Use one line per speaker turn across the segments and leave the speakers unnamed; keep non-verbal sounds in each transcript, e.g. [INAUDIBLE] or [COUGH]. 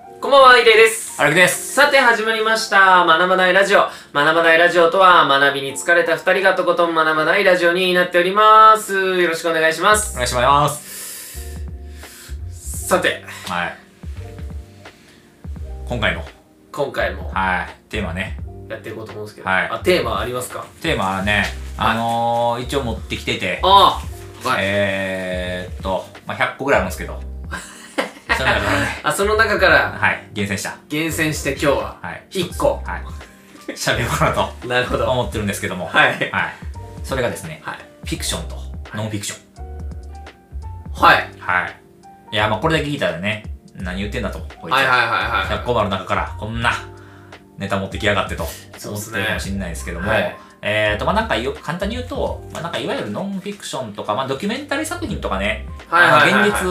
デーです。
荒木です。
さて始まりました。学ばないラジオ。学ばないラジオとは、学びに疲れた二人がとことん学ばないラジオになっております。よろしくお願いしま
お
す。
願いします。
さて、
はい。今回の、
今回も
はい、テーマね。
やっていこうと思うんですけど、
はい
あ、テーマありますか
テーマはね、あのー、一応持ってきてて、
ああ、はい。
えーっと、まあ、100個ぐらいあるんです
[LAUGHS]
けど、その中からね、
あ、その中から
はい、厳選した。
厳選して今日は、
はい。
一個
はい。喋ろうかなと
なるほど。
思ってるんですけども、
はい
はい。それがですね、
はい。
フィクションとノンフィクション。
はい。
はい。いや、まあ、これだけ聞いたらね、何言ってんだと、こいつ
はいはいはいはい。
100個丸の中からこんなネタ持ってきやがってと
そうっ
思っ
す
て
ね
るかもしれないですけども、
はい
えーとまあなんかよ簡単に言うと、まあ、なんかいわゆるノンフィクションとか、まあ、ドキュメンタリー作品とかね、
はいはいはいはい
あの現実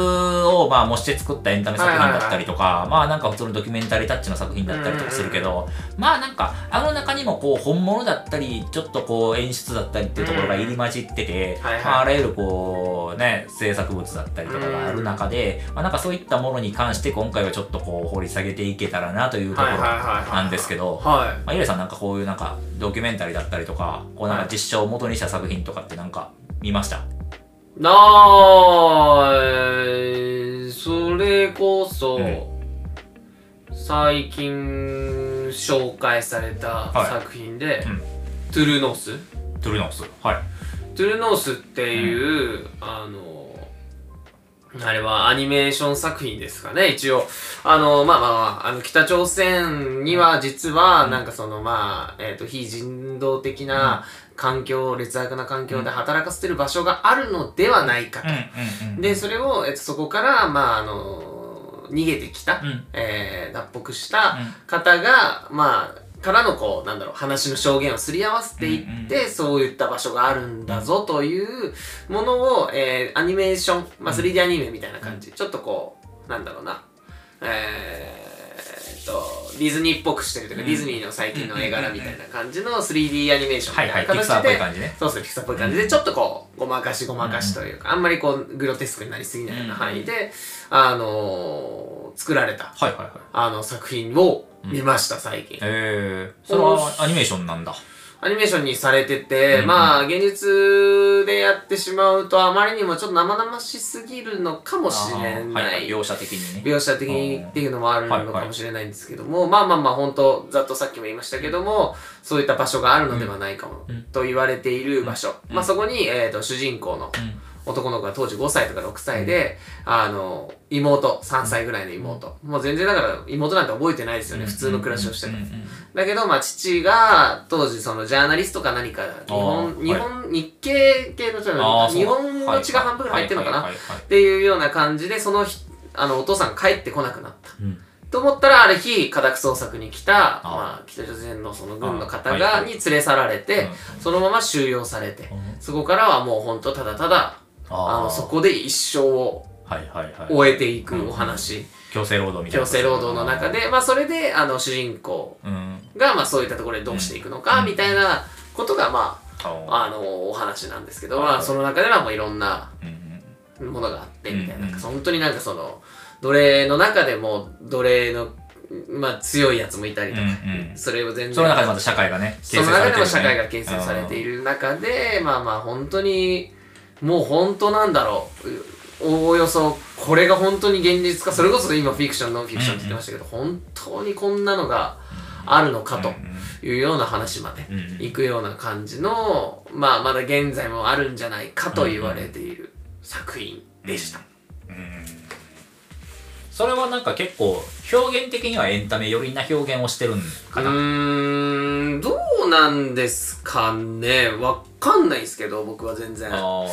をまあ模して作ったエンタメ作品だったりとか、まあなんか普通のドキュメンタリータッチの作品だったりとかするけど、まあなんかあの中にもこう本物だったりちょっとこう演出だったりっていうところが入り混じってて、
はいはい
まあ、あらゆるこうね制作物だったりとかがある中で、まあ、なんかそういったものに関して今回はちょっとこう掘り下げていけたらなというとこ
はい
ろ
はいはいはい。
なんですけど、
は
まあ、ゆりさんなんかこういうなんかドキュメンタリーだったりとかこうなんか実写を元にした作品とかってなんか見ました、
い。なあ、えーそれこそ、
うん
最近紹介された
はい
作品で、
うん
トゥルーノース
トゥルーノースはい
トゥルーノースっていう、あのあれはアニメーション作品ですかね一応あのまあまあ、まあ、あの北朝鮮には実はなんかそのまあ、えー、と非人道的な環境、劣悪な環境で働かせてる場所があるのではないかと、
うんうんうん
でそれを、えっとそこからまああの逃げてきた、
うん
えー脱北した方が、まあからのこうなんだろう話の証言をすり合わせていって、
う
そういった場所があるんだぞというものを、えーアニメーション、まあ、
うん
3D アニメみたいな感じ、ちょっとこうなんだろうなえーっとディズニーっぽくしてるというか、
うん
ディズニーの最近の絵柄みたいな感じの 3D アニメーション
は
み
い
た
はいい
な形で、
ピクサーっぽい感じね
そうそう、ピクサーっぽい感じで、ちょっとこう、ごまかしごまかしというか、あんまりこう、グロテスクになりすぎないような範囲で、あのー、作られた、
はいはいはい
あの、作品を見ました、最近。
えー、それはアニメーションなんだ。
アニメーションにされてて、
うん
まあ、現実でやってしまうと、あまりにもちょっと生々しすぎるのかもしれ
あーは
ない
はいい、。描写的にね。
描写的にっていうのもあるのかもしれないんですけども、まあまあまあ本当ざっとさっきも言いましたけどもそういった場所があるのではないかも、
うん
と言われている場所、
うん
まあそこに、えー、と主人公の
うん
男の子が当時5歳とか6歳で、あの妹3歳ぐらいの妹、もう全然だから妹なんて覚えてないですよね、普通の暮らしをしてた、
うんうん
だけど、まあ、父が当時そのジャーナリストか何か日
あ
本
ー
日本、日系系の人
うん
な
あ
の
ーそう
日本の血が半分ぐらい入ってるのかな、
はいはいはいはい
っていうような感じでその日あのお父さんが帰ってこなくなった
うん
と思ったらある日家宅捜索に来た
あ
まあ、北朝鮮のその軍の方
あはい
が
はい
に連れ去られて、
うん
そのまま収容されて
うん
そこからはもうほんとただただあのそこで一生を
はいはいはい。
終えていくお話
強制労働みたい
強
な。
制労働の中。で、まあ、それであの主人公
うん。
が、まあ、そういったところでどうしていくのか
うん
みたいなことが、ま
あ
あ、あのお話なんですけど、
はい
まあ、その中ではもういろんな
ーうん
ものがあってみたいな,、
うんうん
本当になんかその奴隷の中でも奴隷の、まあ、強いやつもいたり
うん
と
う
か、
ん
それを全然
その中でまた社会がね、
その中でも社会が形
形
成
成
さ
さ
れ
れ
て
て
い
いる
る中で、まあまあ本当にもう本当なんだろううおおよそこれが本当に現実かそれこそ今フィクションノンフィクションって言ってましたけど、本当にこんなのがあるのか
よね。
というような話まで
うんうんうん
行くような感じの、まあ、まだ現在もあるんじゃないかと言われている作品でした。
うんそれはなんか結構、表現的にはエンタメ寄りな表現をしてるん
う
かな。
ーん、どうなんですかねわかんないですけど、僕は全然。
あ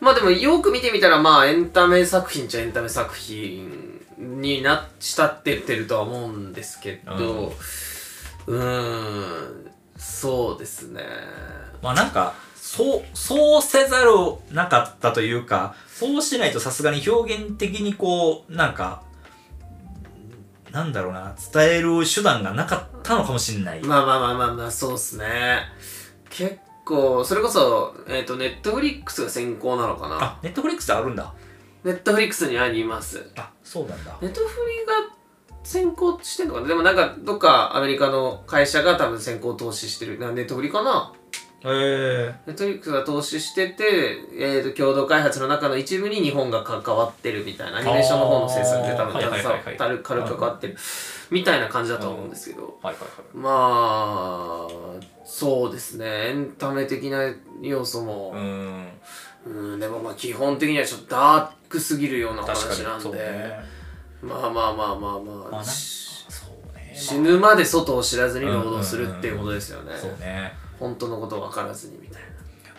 まあでも、よく見てみたら、まあ、エンタメ作品っちゃエンタメ作品になっ、したってってるとは思うんですけど、うーん、そうですね。
ーまあなんか、そう、そうせざるをなかったというか、そうしないとさすがに表現的にこう、なんか、なんだろうな、伝える手段がなかったのかもしれない。
まあまあまあまあまあそうっすね結構それこそえっ、とネットフリックスが先行なのかな
あ、ネットフリックスであるんだ。
ネットフリックスにあります
あ、そうなんだ。
ネットフリが先行してんのかなでもなんかどっかアメリカの会社が多分先行投資してるなんネットフリかな
え
ネットフリックスが投資してて、えー、と共同開発の中の一部に日本が関わってるみたいなアニメーションの方の制作で多分
あーはいはい
携
はい
わ
はい
ったる軽く関わってるみたいな感じだと思うんですけど
はいはい
まあそうですねエンタメ的な要素も、
はい。うーん。
うん、でもまあ基本的にはちょっとダークすぎるような
確か
話
に。
なんで、
そうね。
まあまあまあまあまあ、
まあな
し
そうね。
死ぬまで外を知らずに労働するっていうことですよね、
まあそうね。
本当のこと分からずにみたい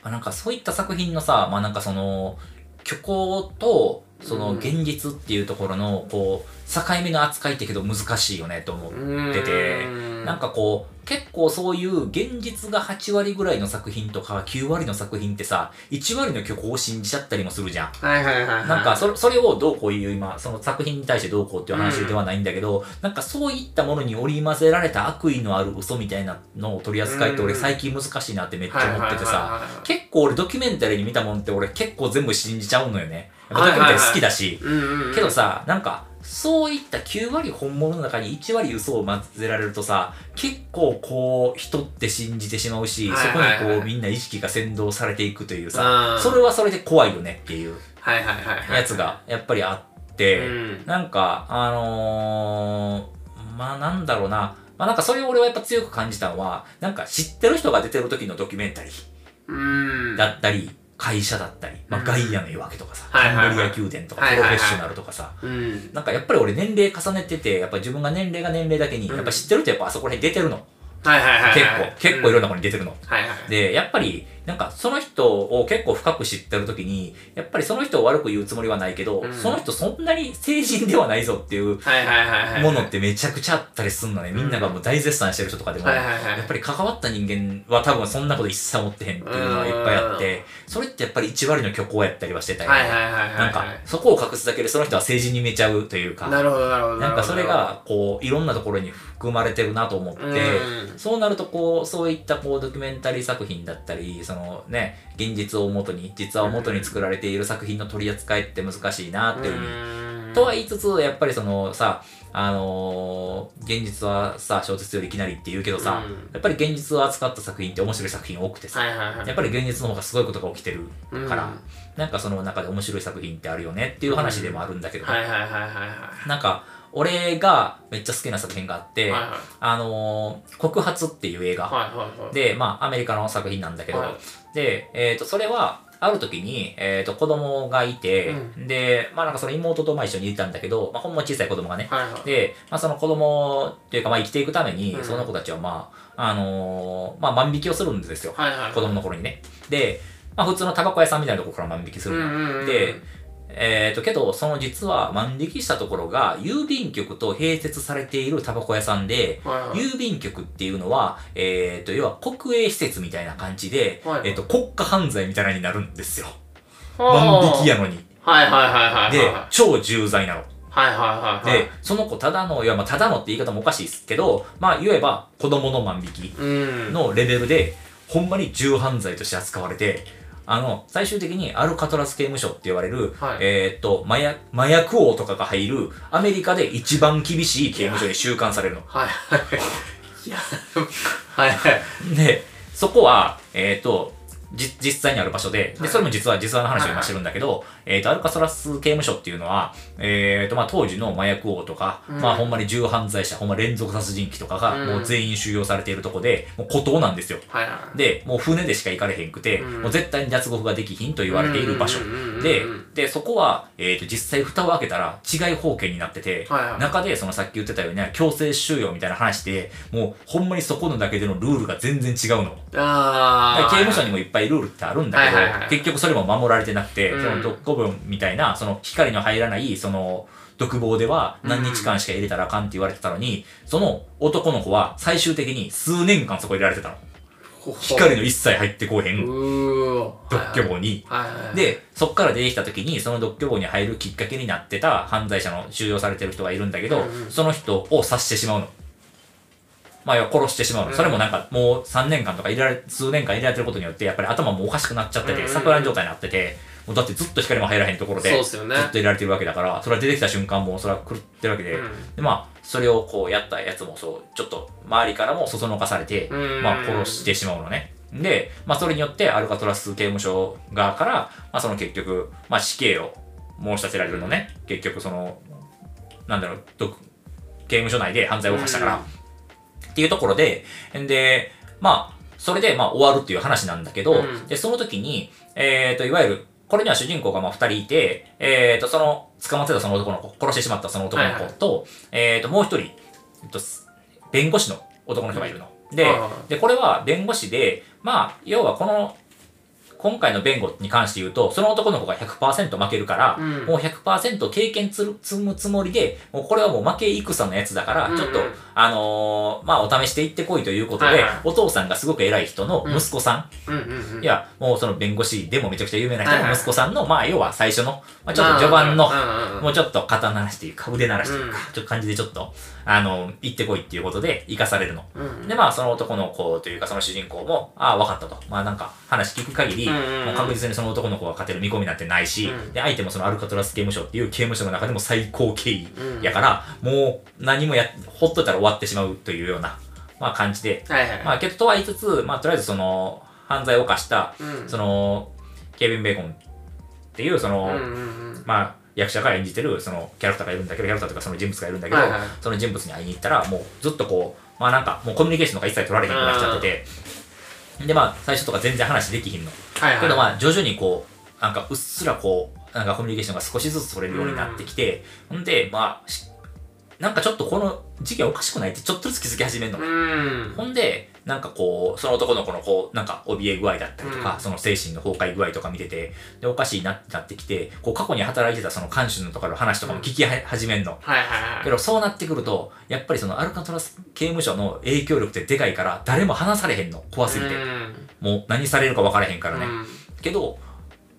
まあ、なんかそういった作品のさ、まあなんかその、虚構と、その
うん
現実っていうところの、こう、境目の扱いってけど難しいよねと思う。
な
出て
うん
なんかこう、結構そういう現実が8割ぐらいの作品とか9割の作品ってさ、1割の虚構を信じちゃったりもするじゃん。
はいはいはいはい
なんかそれ、それをどうこういう今、その作品に対してどうこうっていう話ではないんだけど、なんかそういったものに織り交ぜられた悪意のある嘘みたいなのを取り扱いって俺
うん
最近難しいなってめっち
はい
ゃ
はい
思
は
っ
い
ててさ、
はい
結構俺ドキュメンタリーに見たもんって俺結構全部信じちゃうのよね。やっ
は
ぱ
い
ド
はいはい
キュメンタリー好きだし、
うんうんうん
けどさ、なんか、そういった9割本物の中に1割嘘を混ぜられるとさ、結構こう、人って信じてしまうし、
はいはいはい
そこにこう、みんな意識が先導されていくというさ、
あー
それはそれで怖いよねっていう
はいはいはいはい
やつがやっぱりあっ
う
て、
ん
なんか、あのー、まあなんだろうな、まあなんかそれを俺はやっぱ強く感じたのは、なんか知ってる人が出てる時のドキュメンタリー。
うん
だったり、会社だったり、まあ、ガイアの夜明けとかさ、
はいはいはい
カンブリア宮殿とか、
はい
プ
はい
ロ
は
フ
い
ェッショナルとかさ、
うん
なんかやっぱり俺年齢重ねてて、やっぱ自分が年齢が年齢だけに、
うん
やっぱ知ってるとやっぱあそこら辺出てるの。
はいはいはい
結
はい
構、結構いろん
な
なとこに出てるの。
はいはい
で、やっぱり、なんかその人を結構深く知ってるときに、やっぱりその人を悪く言うつもりはないけど、
うん
その人そんなに成人ではないぞっていう
はいはいはいはい
ものってめちゃくちゃあったりすんのね。みんながもう大絶賛してる人とかでも、
はいはいはい
やっぱり関わった人間は多分そんなこと一切思ってへんっていうのがいっぱいあって、それってやっぱり1割の虚構やったりはしてたり、
はいはいはいはいはい
なんかそこを隠すだけでその人は政治にめちゃうというか、
なるほどなるほどるほど
なんかそれがこういろんなところに含まれてるなと思って、
うん
そうなるとこうそういったこうドキュメンタリー作品だったりそのね現実を元に実話を元に作られている作品の取り扱いって難しいなっていうふうに
うん
とは言いつつやっぱりそのさあのー現実はさ小説よりいきなりって言うけどさ、
うん
やっぱり現実を扱った作品って面白い作品多くてさ、
はいはいはい
やっぱり現実の方がすごいことが起きてるから、
うん
なんかその中で面白い作品ってあるよねっていう話でもあるんだけど、
はいはいはいはいはい
なんか俺がめっちゃ好きな作品があって、
はいはい
あのー告発っていう映画、
はいはいはい
で、まあ、アメリカの作品なんだけど、
はい
で、えっ、と、それは、ある時に、えっ、と、子供がいて、
う
で、まあ、なんかその妹とまあ一緒にいたんだけど、まあ、ほんま小さい子供がね。
はいはい
で、まあ、その子供っていうか、まあ、生きていくために、
うん
その子たちは、まあ、あのーまあ、万引きをするんですよ。
はいはいはい
子供の頃にね。で、まあ、普通のタバコ屋さんみたいなところから万引きするの。
うんうんうん
でえっ、と、けど、その実は万引きしたところが、郵便局と併設されているタバコ屋さんで、
はいはい
郵便局っていうのは、えっ、と、要は国営施設みたいな感じで、
はい
えっ、と、国家犯罪みたいなのになるんですよ。
はあ
万引きやのに。
はいはいはいはいはい
で、超重罪なの。
はいはいはいはい
で、その子ただの、いや、まあ、ただのって言い方もおかしいですけど、まあ、言えば、子供の万引き
うん
のレベルで、ほんまに重犯罪として扱われて、あの、最終的にアルカトラス刑務所って言われる、
はい
えっと、麻薬、麻薬王とかが入る、アメリカで一番厳しい刑務所に収監されるの。
はい
[LAUGHS]
はいいやはいはい
で、そこは、えっ、と、じ、実際にある場所で、
は
で、
い
それも実は実話の話を
はいは
今
い
してるんだけど、えっ、と、アルカソラス刑務所っていうのは、えっ、と、まあ、当時の麻薬王とか、
うん
まあ、ほんまに重犯罪者、ほんま連続殺人鬼とかが、
うん
もう全員収容されているとこで、もう孤島なんですよ。
はいはい
で、もう船でしか行かれへんくて、
うん
もう絶対に脱獄ができひんと言われている場所
うんうんうんうん。
で、で、そこは、えっ、と、実際蓋を開けたら、違い方形になってて、
はいはい
中で、そのさっき言ってたように、強制収容みたいな話で、もう、ほんまにそこのだけでのルールが全然違うの。
あー
刑務所にもいっぱいルールってあるんだけど、
はいはいはい
結局それも守られてなくて、
うん
その独孤分みたいな、その光の入らない、その、独房では何日間しか入れたらあかんって言われてたのに、その男の子は最終的に数年間そこ入れられてたの。
ほほ
光の一切入ってこうへ、
うんーわ
独居房に。
はいはいはい
で、そっから出てきた時に、その独居房に入るきっかけになってた犯罪者の収容されてる人がいるんだけ
う
ど、
んうん
その人を刺してしまうの。まあ、要は殺してしまうの。
うん
それもなんか、もう3年間とかいられ、数年間いられてることによって、やっぱり頭もおかしくなっちゃって
うんう
て、
ん
錯乱状態になってて、もうだってずっと光も入らへんところで、
そうっ
ず
すよね
っといられてるわけだから、それは出てきた瞬間も、それは狂ってるわけで、
うん
で、まあ、それをこうやったやつもそう、ちょっと周りからもそそのかされて、
うん
まあ殺してしまうのね。で、まあそれによってアルカトラス刑務所側から、まあその結局、まあ死刑を申し立てられるのね。結局その、なんだろう、毒刑務所内で犯罪を犯したから。
うん
っていうところで、で、まあ、それで、まあ、終わるっていう話なんだけど、
うん
で、その時に、えっ、と、いわゆる、これには主人公がまあ二人いて、えっ、と、その、捕まってたその男の子、殺してしまったその男の子と、えっ、と、もう一人、えっと、す弁護士の男の人がいるの。で
はいは、
で、これは弁護士で、まあ、要はこの、今回の弁護に関して言うと、その男の子が100%負けるから、
うん
もう100%経験つる積むつもりで、もうこれはもう負け戦のやつだか
う
ら、
んうん
ちょっと、あのーまあ、お試していってこいということで、
はいはい
お父さんがすごく偉い人の息子さん、
うんうんうん
いや、もうその弁護士でもめちゃくちゃ有名な
はい
人
は
の
い
息子さんの、まあ、要は最初の、まあ、ちょっと序盤の
うん、うんうん
もうちょっと肩慣らしというか、腕慣らしというか、
う
ちょっと感じでちょっと、あの、行ってこいっていうことで、生かされるの。
うん
で、まあ、その男の子というか、その主人公も、ああ、分かったと。まあ、なんか、話聞く限り、
うんうんうん
もう確実にその男の子が勝てる見込みなんてないし、
うん
で、相手もそのアルカトラス刑務所っていう刑務所の中でも最高敬意
うん
やから、もう何もや、ほっといたら終わってしまうというような、まあ、感じで、
はいはい
まあ、けどとは言いつつ、まあ、とりあえずその、犯罪を犯した、
うん
その、ケビン・ベーコンっていう、そ
う
の、
んうんうん
まあ、役者が演じてるそのキャラクターがいるんだけど、キャラクターとかその人物がいるんだけど、
はいはい
その人物に会いに行ったら、もうずっとこう、まあなんか、もうコミュニケーションとか一切取られへんくなっちゃってて、でまあ、最初とか全然話できひんの。
はいはい
けどまあ、徐々にこう、なんかうっすらこう、なんかコミュニケーションが少しずつ取れるようになってきて、ほんで、まあ、しなんかちょっとこの事件おかしくないってちょっとずつ気づき始めるの
う
ね。
ん
ほんで、なんかこう、その男の子のこう、なんか怯え具合だったりとか、
うん
その精神の崩壊具合とか見てて、で、おかしいなってなってきて、こう過去に働いてたその監修のとかの話とかも聞きは始めんの。
はいはいは
け
い
どそうなってくると、やっぱりそのアルカトラス刑務所の影響力ってでかいから、誰も話されへんの。怖すぎて
う。ん
もう何されるか分からへんからね。
うん
けど、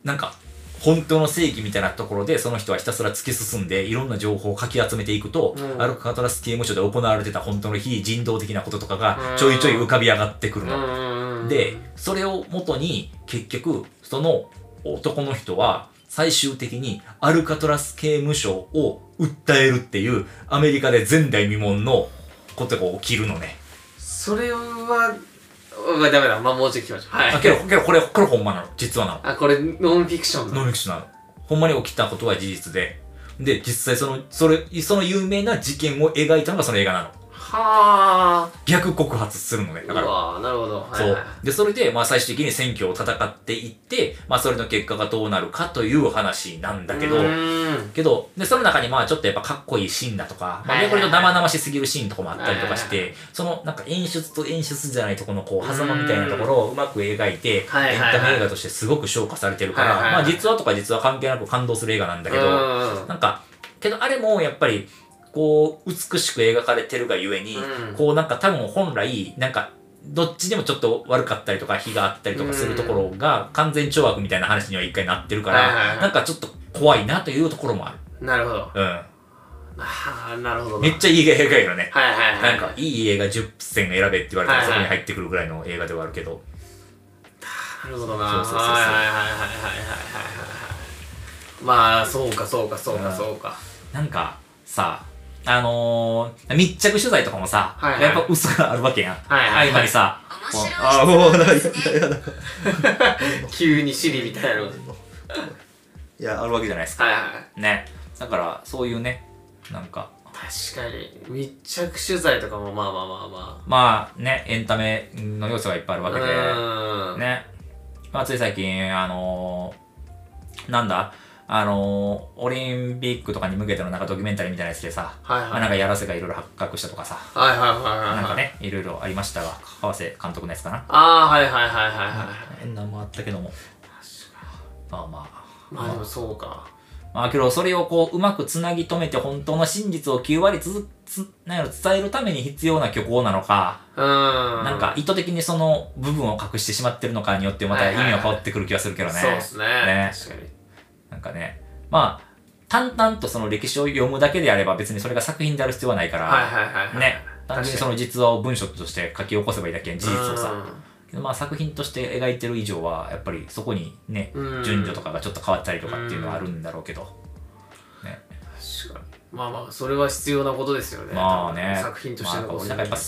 なんか、本当の正義みたいなところで、その人はひたすら突き進んで、いろんな情報をかき集めていくと、
うん
アルカトラス刑務所で行われてた本当の非人道的なこととかが
う、ん
ちょいちょい浮かび上がってくる
う
の。
んうん
で、それを元に、結局、その男の人は、最終的にアルカトラス刑務所を訴えるっていう、アメリカで前代未聞のことが起きるのね。
それはうわダメだまあもうちょい聞きましょうは
あ
い
けど、けどこれ、これほんまなの。実はな
[LAUGHS]
の。
あこれノンフィクション
ノン
だ
フィクションなの。ほんまに起きたことは事実で。で、実際その、それ、その有名な事件を描いたのがその映画なの。
はあ
逆告発するのね。
う
だから。
わなるほどはい
そう
はい。
で、それで、まあ最終的に選挙を戦っていって、まあそれの結果がどうなるかという話なんだけど
う、ーん
けど、で、その中にまあちょっとやっぱかっこいいシーンだとか、まあ
はいはいはい
逆に言うと生々しすぎるシーンとかもあったりとかし
はい
て、そのなんか演出と演出じゃないとこのこう、狭間みたいなところをうまく描いて、エンタ
はいはいはい
メ映画としてすごく昇華されてるから、
はいはいはい
まあ実話とか実話関係なく感動する映画なんだけ
う
ど、
んうん
なんか、けどあれもやっぱり、こう、美しく描かれてるがゆえに、
うん
こうなんか多分本来、なんか、どっちでもちょっと悪かったりとか、非があったりとかするところが、完全懲悪みたいな話には一回なってるか
はいはいは
ら、
い
なんかちょっと怖いなというところもある。
なるほど
う
はあなるほど
ん。
な
めっちゃいい映画やよね。
はいはいはい
なんか、いい映画10選選べって言われたら
はい
そ
はい
こに入ってくるぐらいの映画ではあるけど。
なるほどな
そうそうそうそう
はいはいはいはいはいはいはいまあそうかそうかそうかそうか
なんか、さ、あのー、密着取材とかもさ、
はいはい
やっぱ嘘があるわけやん。
はいはいはい
合間にさ、こう
ああ、もう、なんか、いや、なんか
[LAUGHS] 急にシリみたいなのはい
いや、あるわけじゃ
じ
ない。
ゃないですか。
はい
ね。だから、そういうね、なんか、
確かに密着取材とかもまあまあまあま
まあね、エンタメの要素がいっぱいある
あ
わけ
う
で、
ーん
ね。まあ、つい最近、あのー、なんだ、あのー、オリンピックとかに向けてのなんかドキュメンタリーみたいなやつでさ、
はいはい
まあ、なんかやらせがいろいろ発覚したとかさ、
はいはいはいはい
なんか
はい
ね、いろいろありましたが、川瀬監督のやつかな。
ああはいはいはいはいはい
変なもあったけども。まあまあ。
まあでもそうか
まあけど、それをこう、うまくつなぎ止めて、本当の真実を9割つつ、なんやろ、伝えるために必要な虚構なのか、
うーん
なんか意図的にその部分を隠してしまってるのかによって、また意味は変わってくる気がするけどね。
そうですね
ね
確かに
なんかね、まあ、淡々とその歴史を読むだけであれば、別にそれが作品である必要はないから、
はいはいはいはい
ね、単
確
純に
か
そ
に
の実話を文章として書き起こせばいいだけ、事実をさ。まあ、作品として描いてる以上はやっぱりそこにね
うん
順序とかがちょっと変わったりとかっていうのはあるんだろうけど、ね、
うん確かにまあまあ、それは必要なことですよね。
まあね。
作品としての
まあ
こう
なんかやっぱ、や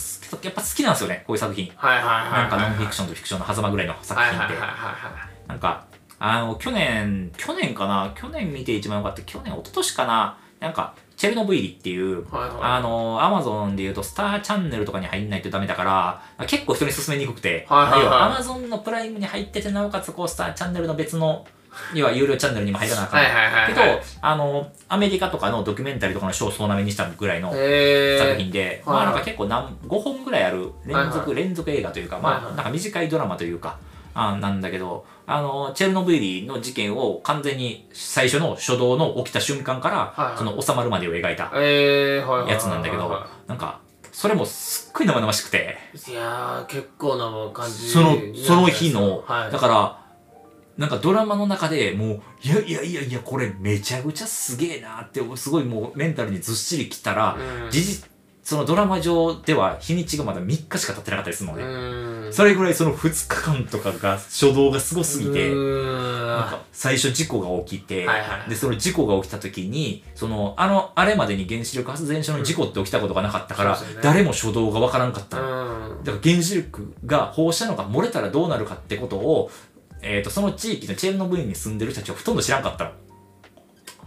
っぱ好きなんですよね、こういう作品。
はいはいはい。
なんかノンフィクションとフィクションの狭間ぐらいの作
はい
品
はいはい
って。
は
なんか、あの、去年、去年かな去年見て一番良かった。去年、一昨年かななんか、チェルノブイリっていう、
はいはい
あの、アマゾンで言うと、スターチャンネルとかに入んないとダメだから、結構人に勧めにくくて、
はいはいはい
アマゾンのプライムに入ってて、なおかつ、こう、スターチャンネルの別の、要は有料チャンネルにも入らなあかん。
い。はいはいはい。
けど、あの、アメリカとかのドキュメンタリーとかの賞を総なめにしたぐらいの
えー、
作品で、
はいは
ま
い
あなんか結構何5本ぐらいある連続、
はいは
連続映画というか、
はい
ま
は
あ
い
なんか短いドラマというか、あなんだけど、あの、チェルノブイリの事件を完全に最初の初動の起きた瞬間から、
はいはい
その収まるまでを描いた
えー、はいはいはい。
やつなんだけど、なんか、それもすっごい生々しくて、
いやー、結構な感じ
その、その日の、
はい、
だから、なんかドラマの中でもう、いやいやいやいや、これめちゃくちゃすげえなって、すごいもうメンタルにずっしりきたら、
うん
事実、そのドラマ上では日にちがまだ3日しか経ってなかったりするの
う
で、
ーん。
それぐらいその2日間とかが、初動がすごすぎて、
うーん
なんか最初事故が起きて、
はいはい
で、その事故が起きた時に、その、あの、あれまでに原子力発電所の事故って起きたことがなかったから、
うんそうですよね
誰も初動がわからんかったの。
うん。
だから原子力が放射能が漏れたらどうなるかってことを、えー、とその地域のチェルノブイリに住んでる人たちはほとんど知らんかったの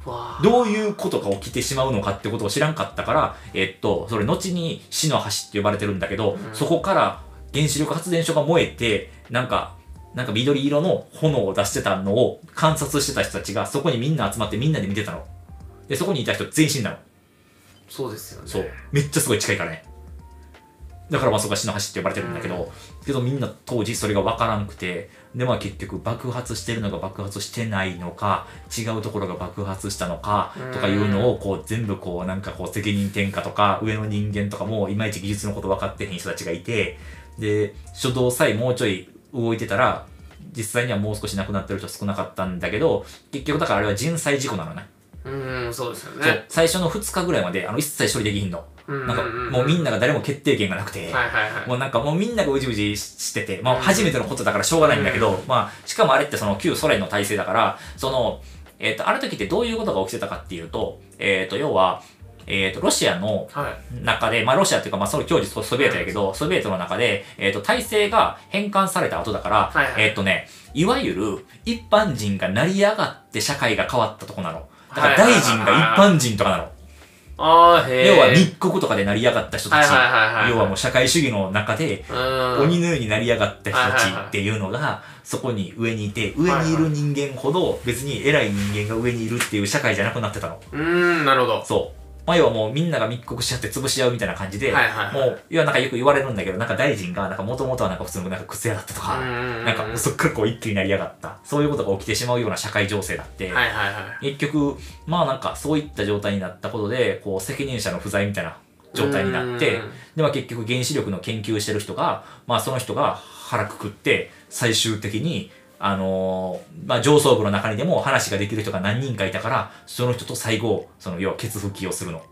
わ
どういうことが起きてしまうのかってことを知らんかったから、えっとそれ後に死の橋って呼ばれてるんだけど、
うん
そこから原子力発電所が燃えてなんかなんか緑色の炎を出してたのを観察してた人たちがそこにみんな集まってみんなで見てたのでそこにいた人全員死んだの
そうですよね。
そう。めっちゃすごい近いからね。だからまあそこは死の橋って呼ばれてるんだけど、
う
けどみんな当時それが分からんくて、でまあ結局爆発してるのか爆発してないのか、違うところが爆発したのか
うん
とかいうのをこう全部こうなんかこう責任転嫁とか上の人間とかもいまいち技術のこと分かってへん人たちがいて、で、初動さえもうちょい動いてたら、実際にはもう少し亡くなってる人少なかったんだけど、結局だからあれは人災事故なのね。
うん、そうですよ
そう
ね。
最初の2日ぐらいまであの一切処理できひんの。
うん
なんか、もうみんなが誰も決定権がなくて、
はいはいはい。
もうなんかもうみんながうじうじしてて、ま
う
あ
ん
初めてのことだからしょうがないんだけど、まあ、しかもあれってその旧ソ連の体制だから、その、えっ、と、ある時ってどういうことが起きてたかっていうと、えっ、と、要は、えっ、と、ロシアの
はい。
中で、まあロシアというか、まあその当時ソソビエトやけど、ソビエトの中で、えっ、と、体制が返還された後だから、
はいはい
えっ、とね、いわゆる一般人が成り上がって社会が変わったとこなの。だから大臣が一般人とかなの。
あー、へえ。
要は密告とかで成り上がった人たち、
はいはいはいはい
要はもう社会主義の中で、
うん。
鬼のように成り上がった人たちっていうのが、そこに上にいて、上にいる人間ほど別に偉い人間が上にいるっていう社会じゃなくなってたの。
うーん、なるほど。
そう。まあ、要はもうみんなが密告し合って潰し合うみたいな感じで、
はいはいはい
もう、要はなんかよく言われるんだけど、なんか大臣が、なんか元々はなんか普通のなんか靴屋だったとか、
うん
なんかそっからこう一気になりやがった。そういうことが起きてしまうような社会情勢だって、
はいはいはい。
結局まあなんかそういった状態になったことでこう責任者の不在みたいな状態になっ
う
て
ん
で、まあ、結局原子力の研究してる人が、まあ、その人が腹くくって最終的に、あのーまあ、上層部の中にでも話ができる人が何人かいたからその人と最後その要は血拭きをするの
は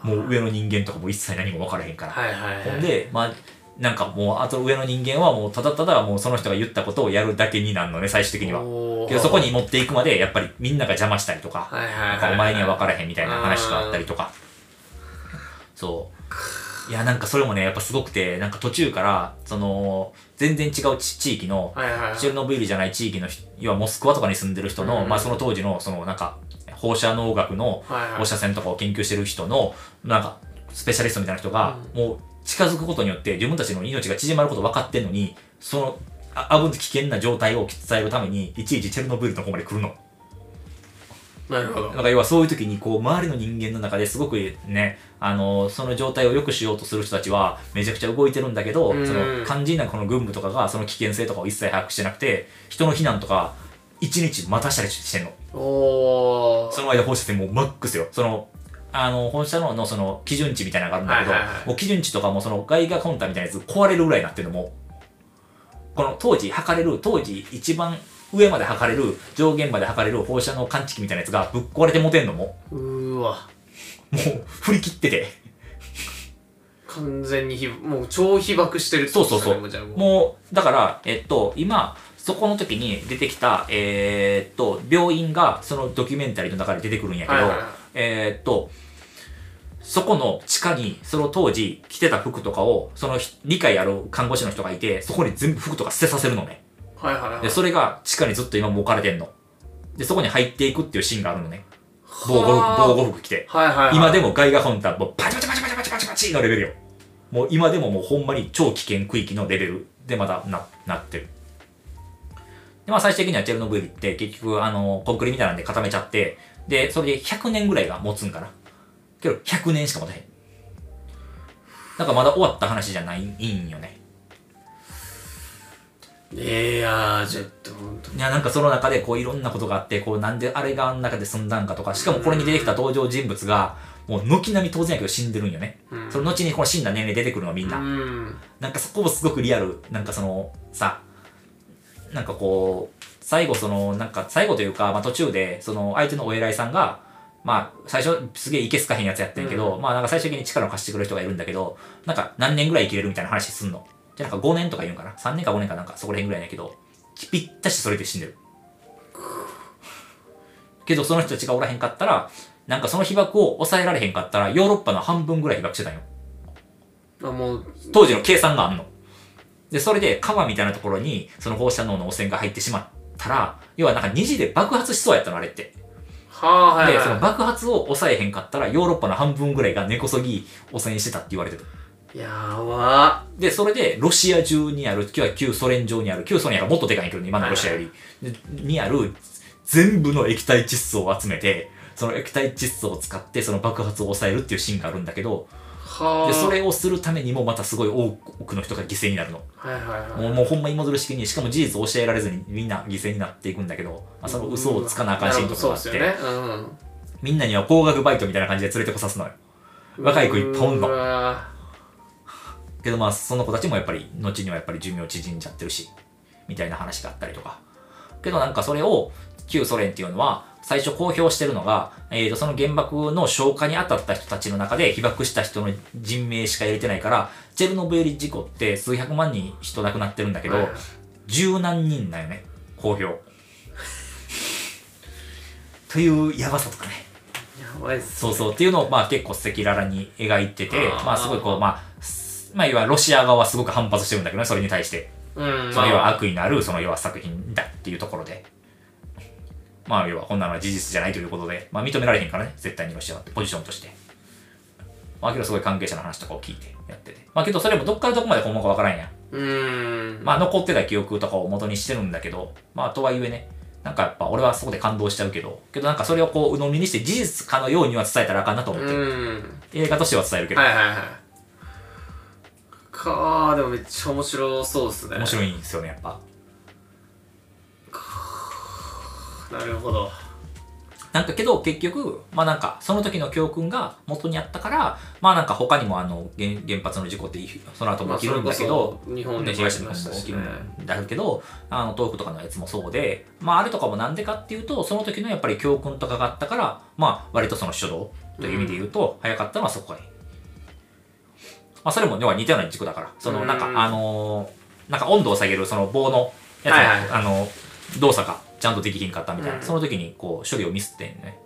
あ。
もう上の人間とかも一切何も分からへんから。
はいはいはい。
ほんで、まあ、なんかもうあと上の人間はもうただただもうその人が言ったことをやるだけになるのね最終的には。
おー
けどそこに持っていくまでやっぱりみんなが邪魔したりとか、
はいはいはい
なんかお前には分からへんみたいな話があったりとか。そう。いや、なんかそれもね、やっぱすごくて、なんか途中から、その、全然違う地地域の、
はいはいはい。
チェルノブイリじゃない地域の人、要はモスクワとかに住んでる人の、
うん
まあその当時の、そのなんか、放射能学の
はいはい
放射線とかを研究してる人の、なんか、スペシャリストみたいな人が、もう近づくことによって自分たちの命が縮まること分かってんのに、その、あ危危険な状態を伝えるために、いちいちチェルノブイリの方まで来るの。
なるほど。
なんか要はそういう時にこう周りの人間の中ですごくね、あのその状態を良くしようとする人たちはめちゃくちゃ動いてるんだけど、
うん
その肝心なこの軍部とかがその危険性とかを一切把握してなくて、人の避難とか一日待たしたりしてんの。
おー。
その間放射線もうマックスよ。そのあの放射能のその基準値みたいなのがあるんだけど、
はいはいはい
もう基準値とかもその外貨コンタみたいなやつ壊れるぐらいになってるのもうこの当時測れる当時一番上まで測れる上限まで測れる放射能感知器みたいなやつがぶっ壊れて持てんのもう
うーわ。
もう振り切ってて、
完全にひ、もう超被爆してるって
そ
こ
う
と
そう
です
そ
ねも
う、
じゃあもう
もうだから、えっと、今、そこの時に出てきた、えーっと、病院がそのドキュメンタリーの中で出てくるんやけど、
はいはいはい
えーっと、そこの地下に、その当時着てた服とかを、そのひ理解ある看護師の人がいて、そこに全部服とか捨てさせるのね。
はいはいはい
で、それが地下にずっと今も置かれてんの。で、そこに入っていくっていうシーンがあるのね。防護
は
服、
あ
防護服着て。
はいはい、はい、
今でもガイガーハンター、もうパチパチパチパチパチパチパチのレベルよ。もう今でももうほんまに超危険区域のレベルでまだななってる。で、まあ最終的にはチェルノブイリって結局あの、コンクリみたいなんで固めちゃって、で、それで100年ぐらいが持つんかな。けど100年しか持たへん。なんかまだ終わった話じゃないんよね。
いやーちょっと本当
いや、なんかその中でこういろんなことがあって、こうなんであれがあん中で済んだんかとか、しかもこれに出てきた登場人物が、もう軒並み当然やけど死んでるんよね。
うん
その後にこの死んだ年齢出てくるのみんな。
うん
なんかそこもすごくリアル。なんかその、さ、なんかこう、最後その、なんか最後というか、まあ途中で、その相手のお偉いさんが、まあ最初すげえいけすかへんやつやってんけど、まあなんか最終的に力を貸してくれる人がいるんだけど、なんか何年ぐらい生きれるみたいな話すんの。じゃあなんか5年とか言うんかな。3年か5年かなんかそこら辺ぐらいだけど、ぴったしそれで死んでる。けどその人たちがおらへんかったら、なんかその被爆を抑えられへんかったら、ヨーロッパの半分ぐらい被爆してたんよ。
あもう
当時の計算があんの。で、それで川みたいなところに、その放射能の汚染が入ってしまったら、要はなんか2次で爆発しそうやったの、あれって。
はあはい
で、
はい
その爆発を抑えへんかったら、ヨーロッパの半分ぐらいが根こそぎ汚染してたって言われてる。
やば
で、それで、ロシア中にある、旧旧ソ連上にある、旧ソ連がもっとでかいけどね、今のロシアより、でにある、全部の液体窒素を集めて、その液体窒素を使って、その爆発を抑えるっていうシーンがあるんだけど、
はあ
で、それをするためにもまたすごい多くの人が犠牲になるの。
はいはいはい
もうもうほんま芋づる式にしかも事実を教えられずにみんな犠牲になっていくんだけど、まあ、その嘘をつかなあかんシーンとかがあっ
な
て、
るほどそうですよね、
みんなには高額バイトみたいな感じで連れてこさすのよ
うん、
若い子いっぱいおんの
うわ
けどまあその子たちもやっぱり後にはやっぱり寿命縮んじゃってるしみたいな話があったりとかけどなんかそれを旧ソ連っていうのは最初公表してるのが、えー、とその原爆の消火に当たった人たちの中で被爆した人の人命しか入れてないからチェルノブイリ事故って数百万人人亡くなってるんだけど、
はい
十何人だよね公表というやばさとかね
やばいっす
そうそうっていうのをまあ結構赤裸々に描いてて
あー
まあすごいこうまあすまあいわゆるロシア側はすごく反発してるんだけどねそれに対して
うん
その要
ま
は
あ
悪意のあるその要は作品だっていうところでまあ要はこんなのは事実じゃないということでまあ認められへんからね絶対にロシアはってポジションとしてまあけどすごい関係者の話とかを聞いてやっててまあけどそれもどっからどこまで本物かわからんやん
うん
まあ残ってた記憶とかを元にしてるんだけど、まあとはいえね、なんかやっぱ俺はそこで感動しちゃうけど、けどなんかそれをこう鵜呑みにして事実かのようには伝えたらあかんなと思
う
ってる。
ん
映画としては伝えるけど、
はいはいはいかあでもめっちゃ面白そうっすね
面白いんですよね、やっぱ。
なるほど
なんかけど結局、まあなんかその時の教訓が元にあったから、まあなんか他にもあの原原発の事故ってその後も起きるんだけど、
まあそれこそ日本でもあり
東日
ま
本
した
も起
し
き
ね
るんだけど、あの東北とかのやつもそうで、まあ、あれとかもなんでかっていうとその時のやっぱり教訓とかがあったから、まあ、割とその初動という意味で言うと、早かったのはそこがいい、まあ、それも要は似たような軸だからそのなんか、
うん
あのーなんか温度を下げるその棒のやつの、
はいはい
あの動作がちゃんとできひんかったみたいな、
うん
その時にこう処理をミスってんね、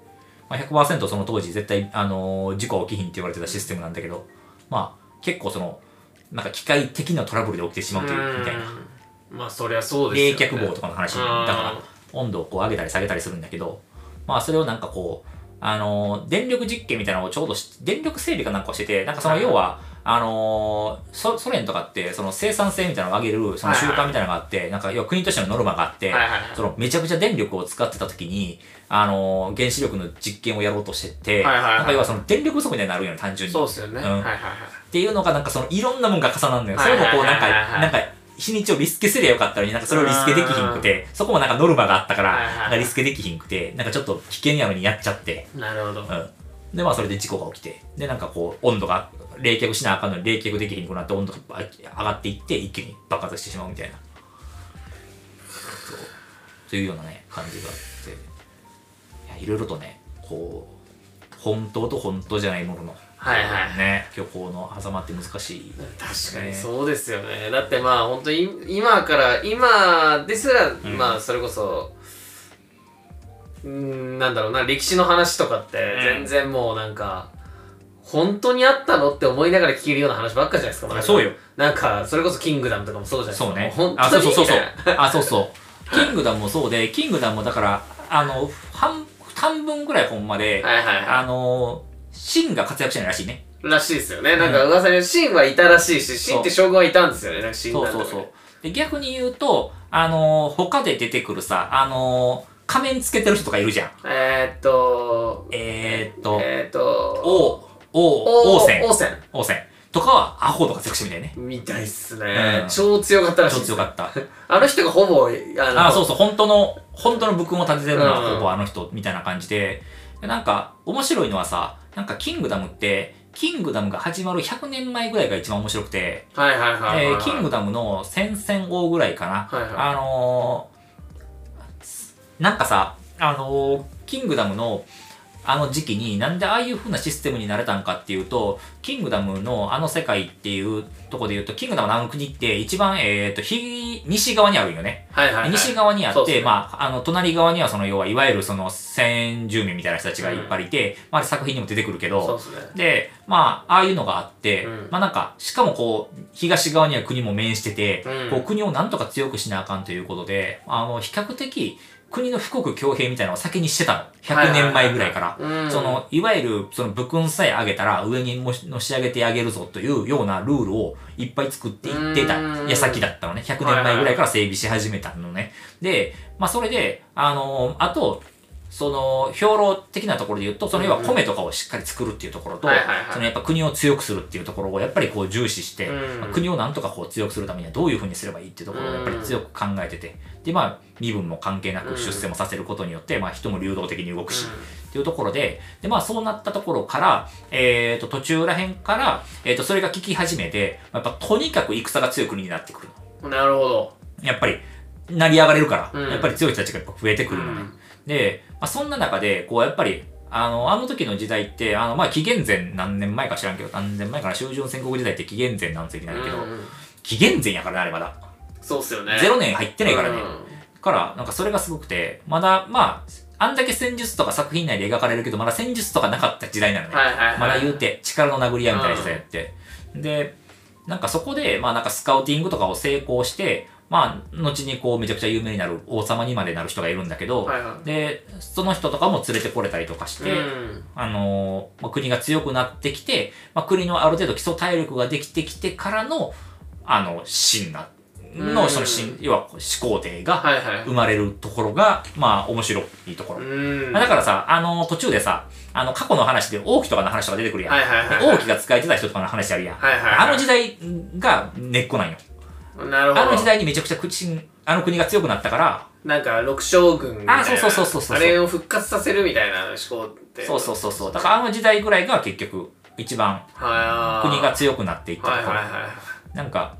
まあ、100%その当時絶対、あのー事故は起きひんって言われてたシステムなんだけどまあ結構そのなんか機械的なトラブルで起きてしまうというみたいな
うんまあそりゃそう
冷
ですよ、ね、
却棒とかの話だ
うん
から温度をこう上げたり下げたりするんだけどまあそれをなんかこうあのー電力実験みたいなのをちょうどし電力整備かなんかをしててなんかその
はいはい
要はあのーソソ連とかってその生産性みたいなのを上げるその習慣みたいなのがあってなんか要は国としてのノルマがあって
はいはいはい
そのめちゃくちゃ電力を使ってた時にあのー原子力の実験をやろうとしてて
はいはいはい
なんか要はその電力不足みたいになるよね単純に
そうっすよね、
うん
はいはいはい
っていうのがなんかそのいろんなもんが重なるのよ。
は
そ
い
れ
はいはい
もこうなんか
はいはい、
なんか日にちをリスケすりゃよかったのになんかそれをリスケできひんくて、そこもなんかノルマがあったから、
はいはい
なんかリスケできひんくて、なんかちょっと危険やのにやっちゃって、
なるほど、
うん。で、まあそれで事故が起きて、で、なんかこう温度が冷却しなあかんのに冷却できひんくなって温度が上がっていって一気に爆発してしまうみたいな。そう。というようなね、感じがあって、いや、いろいろとね、こう、本当と本当じゃないものの、
はいはい
ね、虚構の狭間って難しい。
確かにそうですよねだってまあ本当に今から今ですら、まあそれこそうんなんだろうな歴史の話とかって全然もうなんか、本当にあったのって思いながら聞けるような話ばっかじゃないですかなんか
そうよ
なんかそれこそ「キングダム」とかもそうじゃないですか
そうね
も本当に
あそうそうそうそう
みたいな
あそうそうキングダムもそうでキングダムもだからあの半半分ぐらいほんまで、
はいはいは
あのシンが活躍してないらしいね
いらしいですよねなんか噂にはシンはいたらしいしシンって将軍はいたんですよねなんか死んだ
そ
んだね
うそうそうで逆に言うとあの他で出てくるさあの仮面つけてる人とかいるじゃん
えー、っと
えー、っと
えー、っと
王王王戦
王戦
王戦とかはアホとかセクシーみたいね
みたいっすね、
うん
超強かったら
ち
し
ょ
い
っと
っす
強か
[LAUGHS]
った
あの人がほぼあの
あそうそう、本当の、本当の武勲を立ててるの
うん
は、ほぼあの人、みたいな感じで、でなんか、面白いのはさ、なんか、キングダムって、キングダムが始まる100年前ぐらいが一番面白くて、
はいはい
え
はいはい、はい
ーキングダムの戦々王ぐらいかな。
はいはい
あのーなんかさ、あのーキングダムの、あの時期になんでああいう風なシステムになれたんかっていうと、キングダムのあの世界っていうとこで言うと、キングダムのあの国って一番、えっ、と、ひ西側にあるんよね。
はいはいはい
西側にあ
そう
っ
です
て、
ね
まあ、あの、隣側には、その、要は、いわゆる、その、先住民みたいな人たちがいっぱいいて、まあ、作品にも出てくるけ
そう
ど、
ですね
で、まあ、ああいうのがあって、
うん
まあ、なんか、しかも、こう、東側には国も面してて、
うん
こう国をなんとか強くしなあかんということで、あの、比較的、国の富国強兵みたいなのを先にしてたの。100年前ぐらいから。
うん
その、いわゆる、その、武勲さえ上げたら、上にもしのし上げてあげるぞというようなルールをいっぱい作っていってた
うん、
矢先だったのね。100年前ぐらいから整備し始めたのね。で、まあ、それで、あのーあと、その、兵糧的なところで言うと、その、要は米とかをしっかり作るっていうところと
はいはいはい、
その、やっぱ国を強くするっていうところを、やっぱりこう、重視して、
うん
まあ国をなんとかこう、強くするためにはどういうふうにすればいいっていうところを、やっぱり強く考えてて、で、まあ、身分も関係な
うん
く出世もさせることによって、まあ、人も流動的に動くし、っていうところで、で、まあそうなったところから、えー、と、途中らへんから、えー、と、それが効き始めて、やっぱとにかく戦が強い国になってくるの。
うんなるほど
やっぱり、成り上がれるから、
うん
やっぱり強い人たちがやっぱ増えてくるのね。で、まあそんな中で、こう、やっぱり、あの、あの時の時代って、あの、まあ、紀元前何年前か知らんけど、何年前かな、終潤戦国時代って紀元前何世紀
う
なんんだけど、
うん
紀元前やからね、あれまだ。
そうっすよね
0年入ってないからね。
うん
から、なんかそれがすごくて、まだ、まあ、あんだけ戦術とか作品内で描かれるけど、まだ戦術とかなかった時代なのね。
はいはいはい
まだ言うて、力の殴り合いみたいな時代やって。で、なんかそこで、まあなんかスカウティングとかを成功して、まあ、後にこうめちゃくちゃ有名になる王様にまでなる人がいるんだけど、
はいはい
で、その人とかも連れてこれたりとかして、
うん
あのーまあ、国が強くなってきて、まあ、国のある程度基礎体力ができてきてからの、あの、神な、
う
の、
ん
その神、要は始皇帝が
はいはい
生まれるところが、まあ、面白いところ。
うん
まあだ
は
からさ、あの、途中でさ、あの、過去の話で王毅とかの話とか出てくる
い
やん。
はいはい
王毅が使えてた人とかの話あるやん。
はいはいはい
あの時代が根っこなんよ。
なるほど
あの時代にめちゃくちゃ口、あの国が強くなったから、
なんか六将軍みたいな
あそうそうそうそうそう
あれを復活させるみたいな思考って
そうそうそうそう。だからあの時代ぐらいが結局、一番
は
国が強くなっていったとこ
はい
ろ。
はいは
なんか、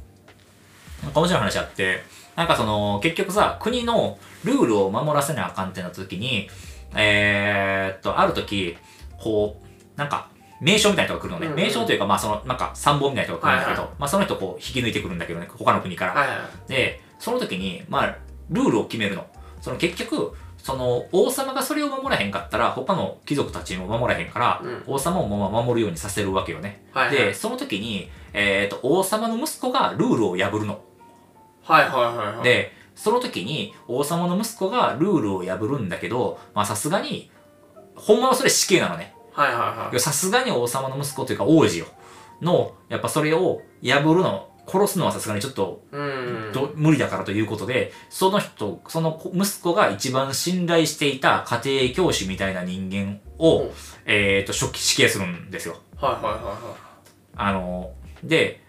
なんか面白い話あって、なんかその、結局さ、国のルールを守らせなあかんってなった時に、えーっと、ある時、こう、なんか、名称みたいな人が来るのね。
うんうん
名称というか、まあその、なんか、参謀みたいな人が来るんだけど、
はい
まあその人こう、引き抜いてくるんだけどね、他の国から。
いはいはい
で、その時に、まあ、ルールを決めるの。その結局、その王様がそれを守らへんかったら、他の貴族たちも守らへんから、
うん
王様もまあ守るようにさせるわけよね。
はいはい
で、その時に、えっ、と、王様の息子がルールを破るの。
はいはいはいはい
で、その時に王様の息子がルールを破るんだけど、まあさすがに、ほんまはそれ死刑なのね。
はいはいはい
いやさすがに王様の息子というか王子よ。の、やっぱそれを破るの、殺すのはさすがにちょっと
うん
ど無理だからということで、その人、その子息子が一番信頼していた家庭教師みたいな人間を、
うん
えっ、と、初期死刑するんですよ。
はいはいは
あの、で、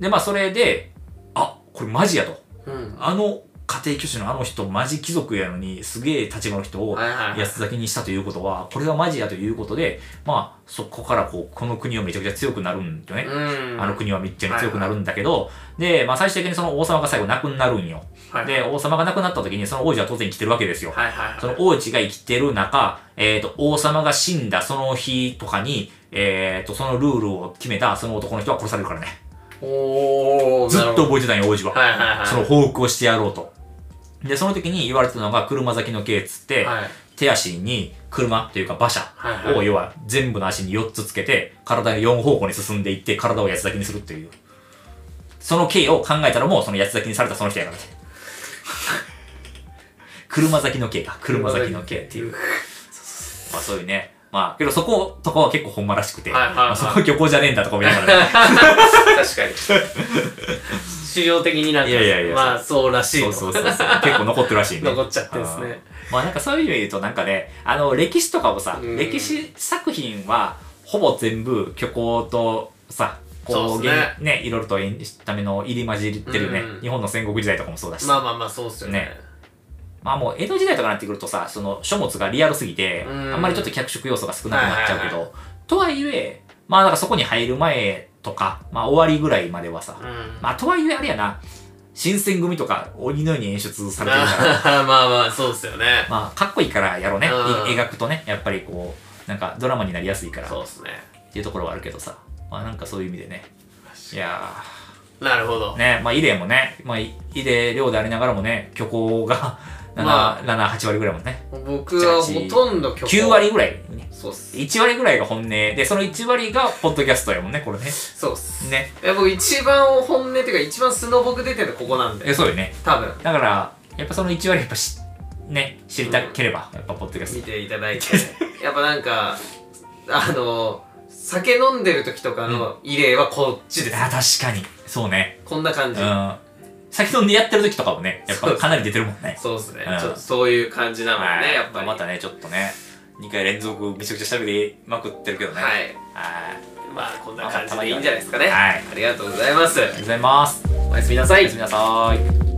で、まあそれで、あ、これマジやと。
いはいうん
あの家庭教師のあの人、マジ貴族やのに、すげえ立場の人を、
はいはいはい
安咲きにしたということは、これがマジやということで、まあ、そこからこう、この国はめちゃくちゃ強くなるんだよね。
うん
あの国はめっちゃ強くなるんだけど、で、まあ最終的にその王様が最後亡くなるんよ。
はい
で、王様が亡くなった時にその王子は当然生きてるわけですよ。
はいはい
その王子が生きてる中、えっ、と、王様が死んだその日とかに、えっ、と、そのルールを決めたその男の人は殺されるからね。
おー
ず
なる
っ
ほど
と覚えてたんよ、王子は。
はいはいはい
その報復をしてやろうと。で、その時に言われてたのが車咲きの刑っつって、
はい
手足に車というか馬車
はいは
を
い
要は全部の足に4つつけて体が4方向に進んでいって体を八つ咲きにするっていうその経緯を考えたらもうその八つ咲きにされたその人やか
[LAUGHS]
らね車咲きの経か車咲きの経っていうまあそういうね。まあ、けどそことかは結構ほんまらしくて、
はいはいはい
まあそこ漁港じゃねえんだとか見ながら、ね、
確かに。 [LAUGHS] 市場的になんか、
いやいやいや
まあ、そうらしい
そ
と。
うそうそうそう。結構残ってるらしいね。
残っちゃってんですね
あー。まあなんかそういう意味で言うとなんかね、あの歴史とかもさ、
うん
歴史作品はほぼ全部虚構とさ、
そう
こ
っ
う
すね
ねね、いろいろと演出ための入り混じってるよね、
うん
日本の戦国時代とかもそうだし、
まあまあまあ、そうっすよね
ね。まあもう江戸時代とかになってくるとさ、その書物がリアルすぎて、
うん
あんまりちょっと脚色要素が少なくなっちゃうけど、
はいはい
とはいえ、まあなんかそこに入る前とか、まあ終わりぐらいまではさ、
うん。
まあとはいえあれやな、新選組とか鬼のように演出されてるから、
あー [LAUGHS] まあまあ、そうっすよね。
まあかっこいいからやろうね、い
うん
描くとね、やっぱりこう、なんかドラマになりやすいから
そう
っ
っすね。
ていうところはあるけどさ、まあなんかそういう意味でね、いやー。
なるほど。
ね、まあ、イレもね、まあ、イレ量でありながらもね、虚構が7、
まあ
7、8割ぐらいもんね。
僕はほとんど曲
9割ぐらい、ね。
そうっす。
1割ぐらいが本音で、その1割がポッドキャストやもんね、これね。
そうっす。
ね。
いや僕一番本音っていうか、一番素の僕出てるのここなん
え、
で。
そうよね。
多分。
だから、やっぱその1割やっぱし、ね、知りたければ、やっぱポッドキャス
見
ト。
ていた
[LAUGHS]
だいてやっぱなんかあの酒飲んでる時とかの異例はこっちです、
あ、確かに。そうね。
こんな感
う
じ、
ん。先ほどやってる時とかもね、やっ
そう
ぱ
です
かなり出てるもんね。
そうですね、
うん
ちょっとそういう感じなのでね、
はい
やっぱり
またね、ちょっとね、2回連続めちゃくちゃ喋りまくってるけどね。
はい
はい。
まあこんな感じでいいんじゃないですかね、
はい
ありがとうございます
ありがとうございます。
おやすみなさ
お
い
やすみなさい。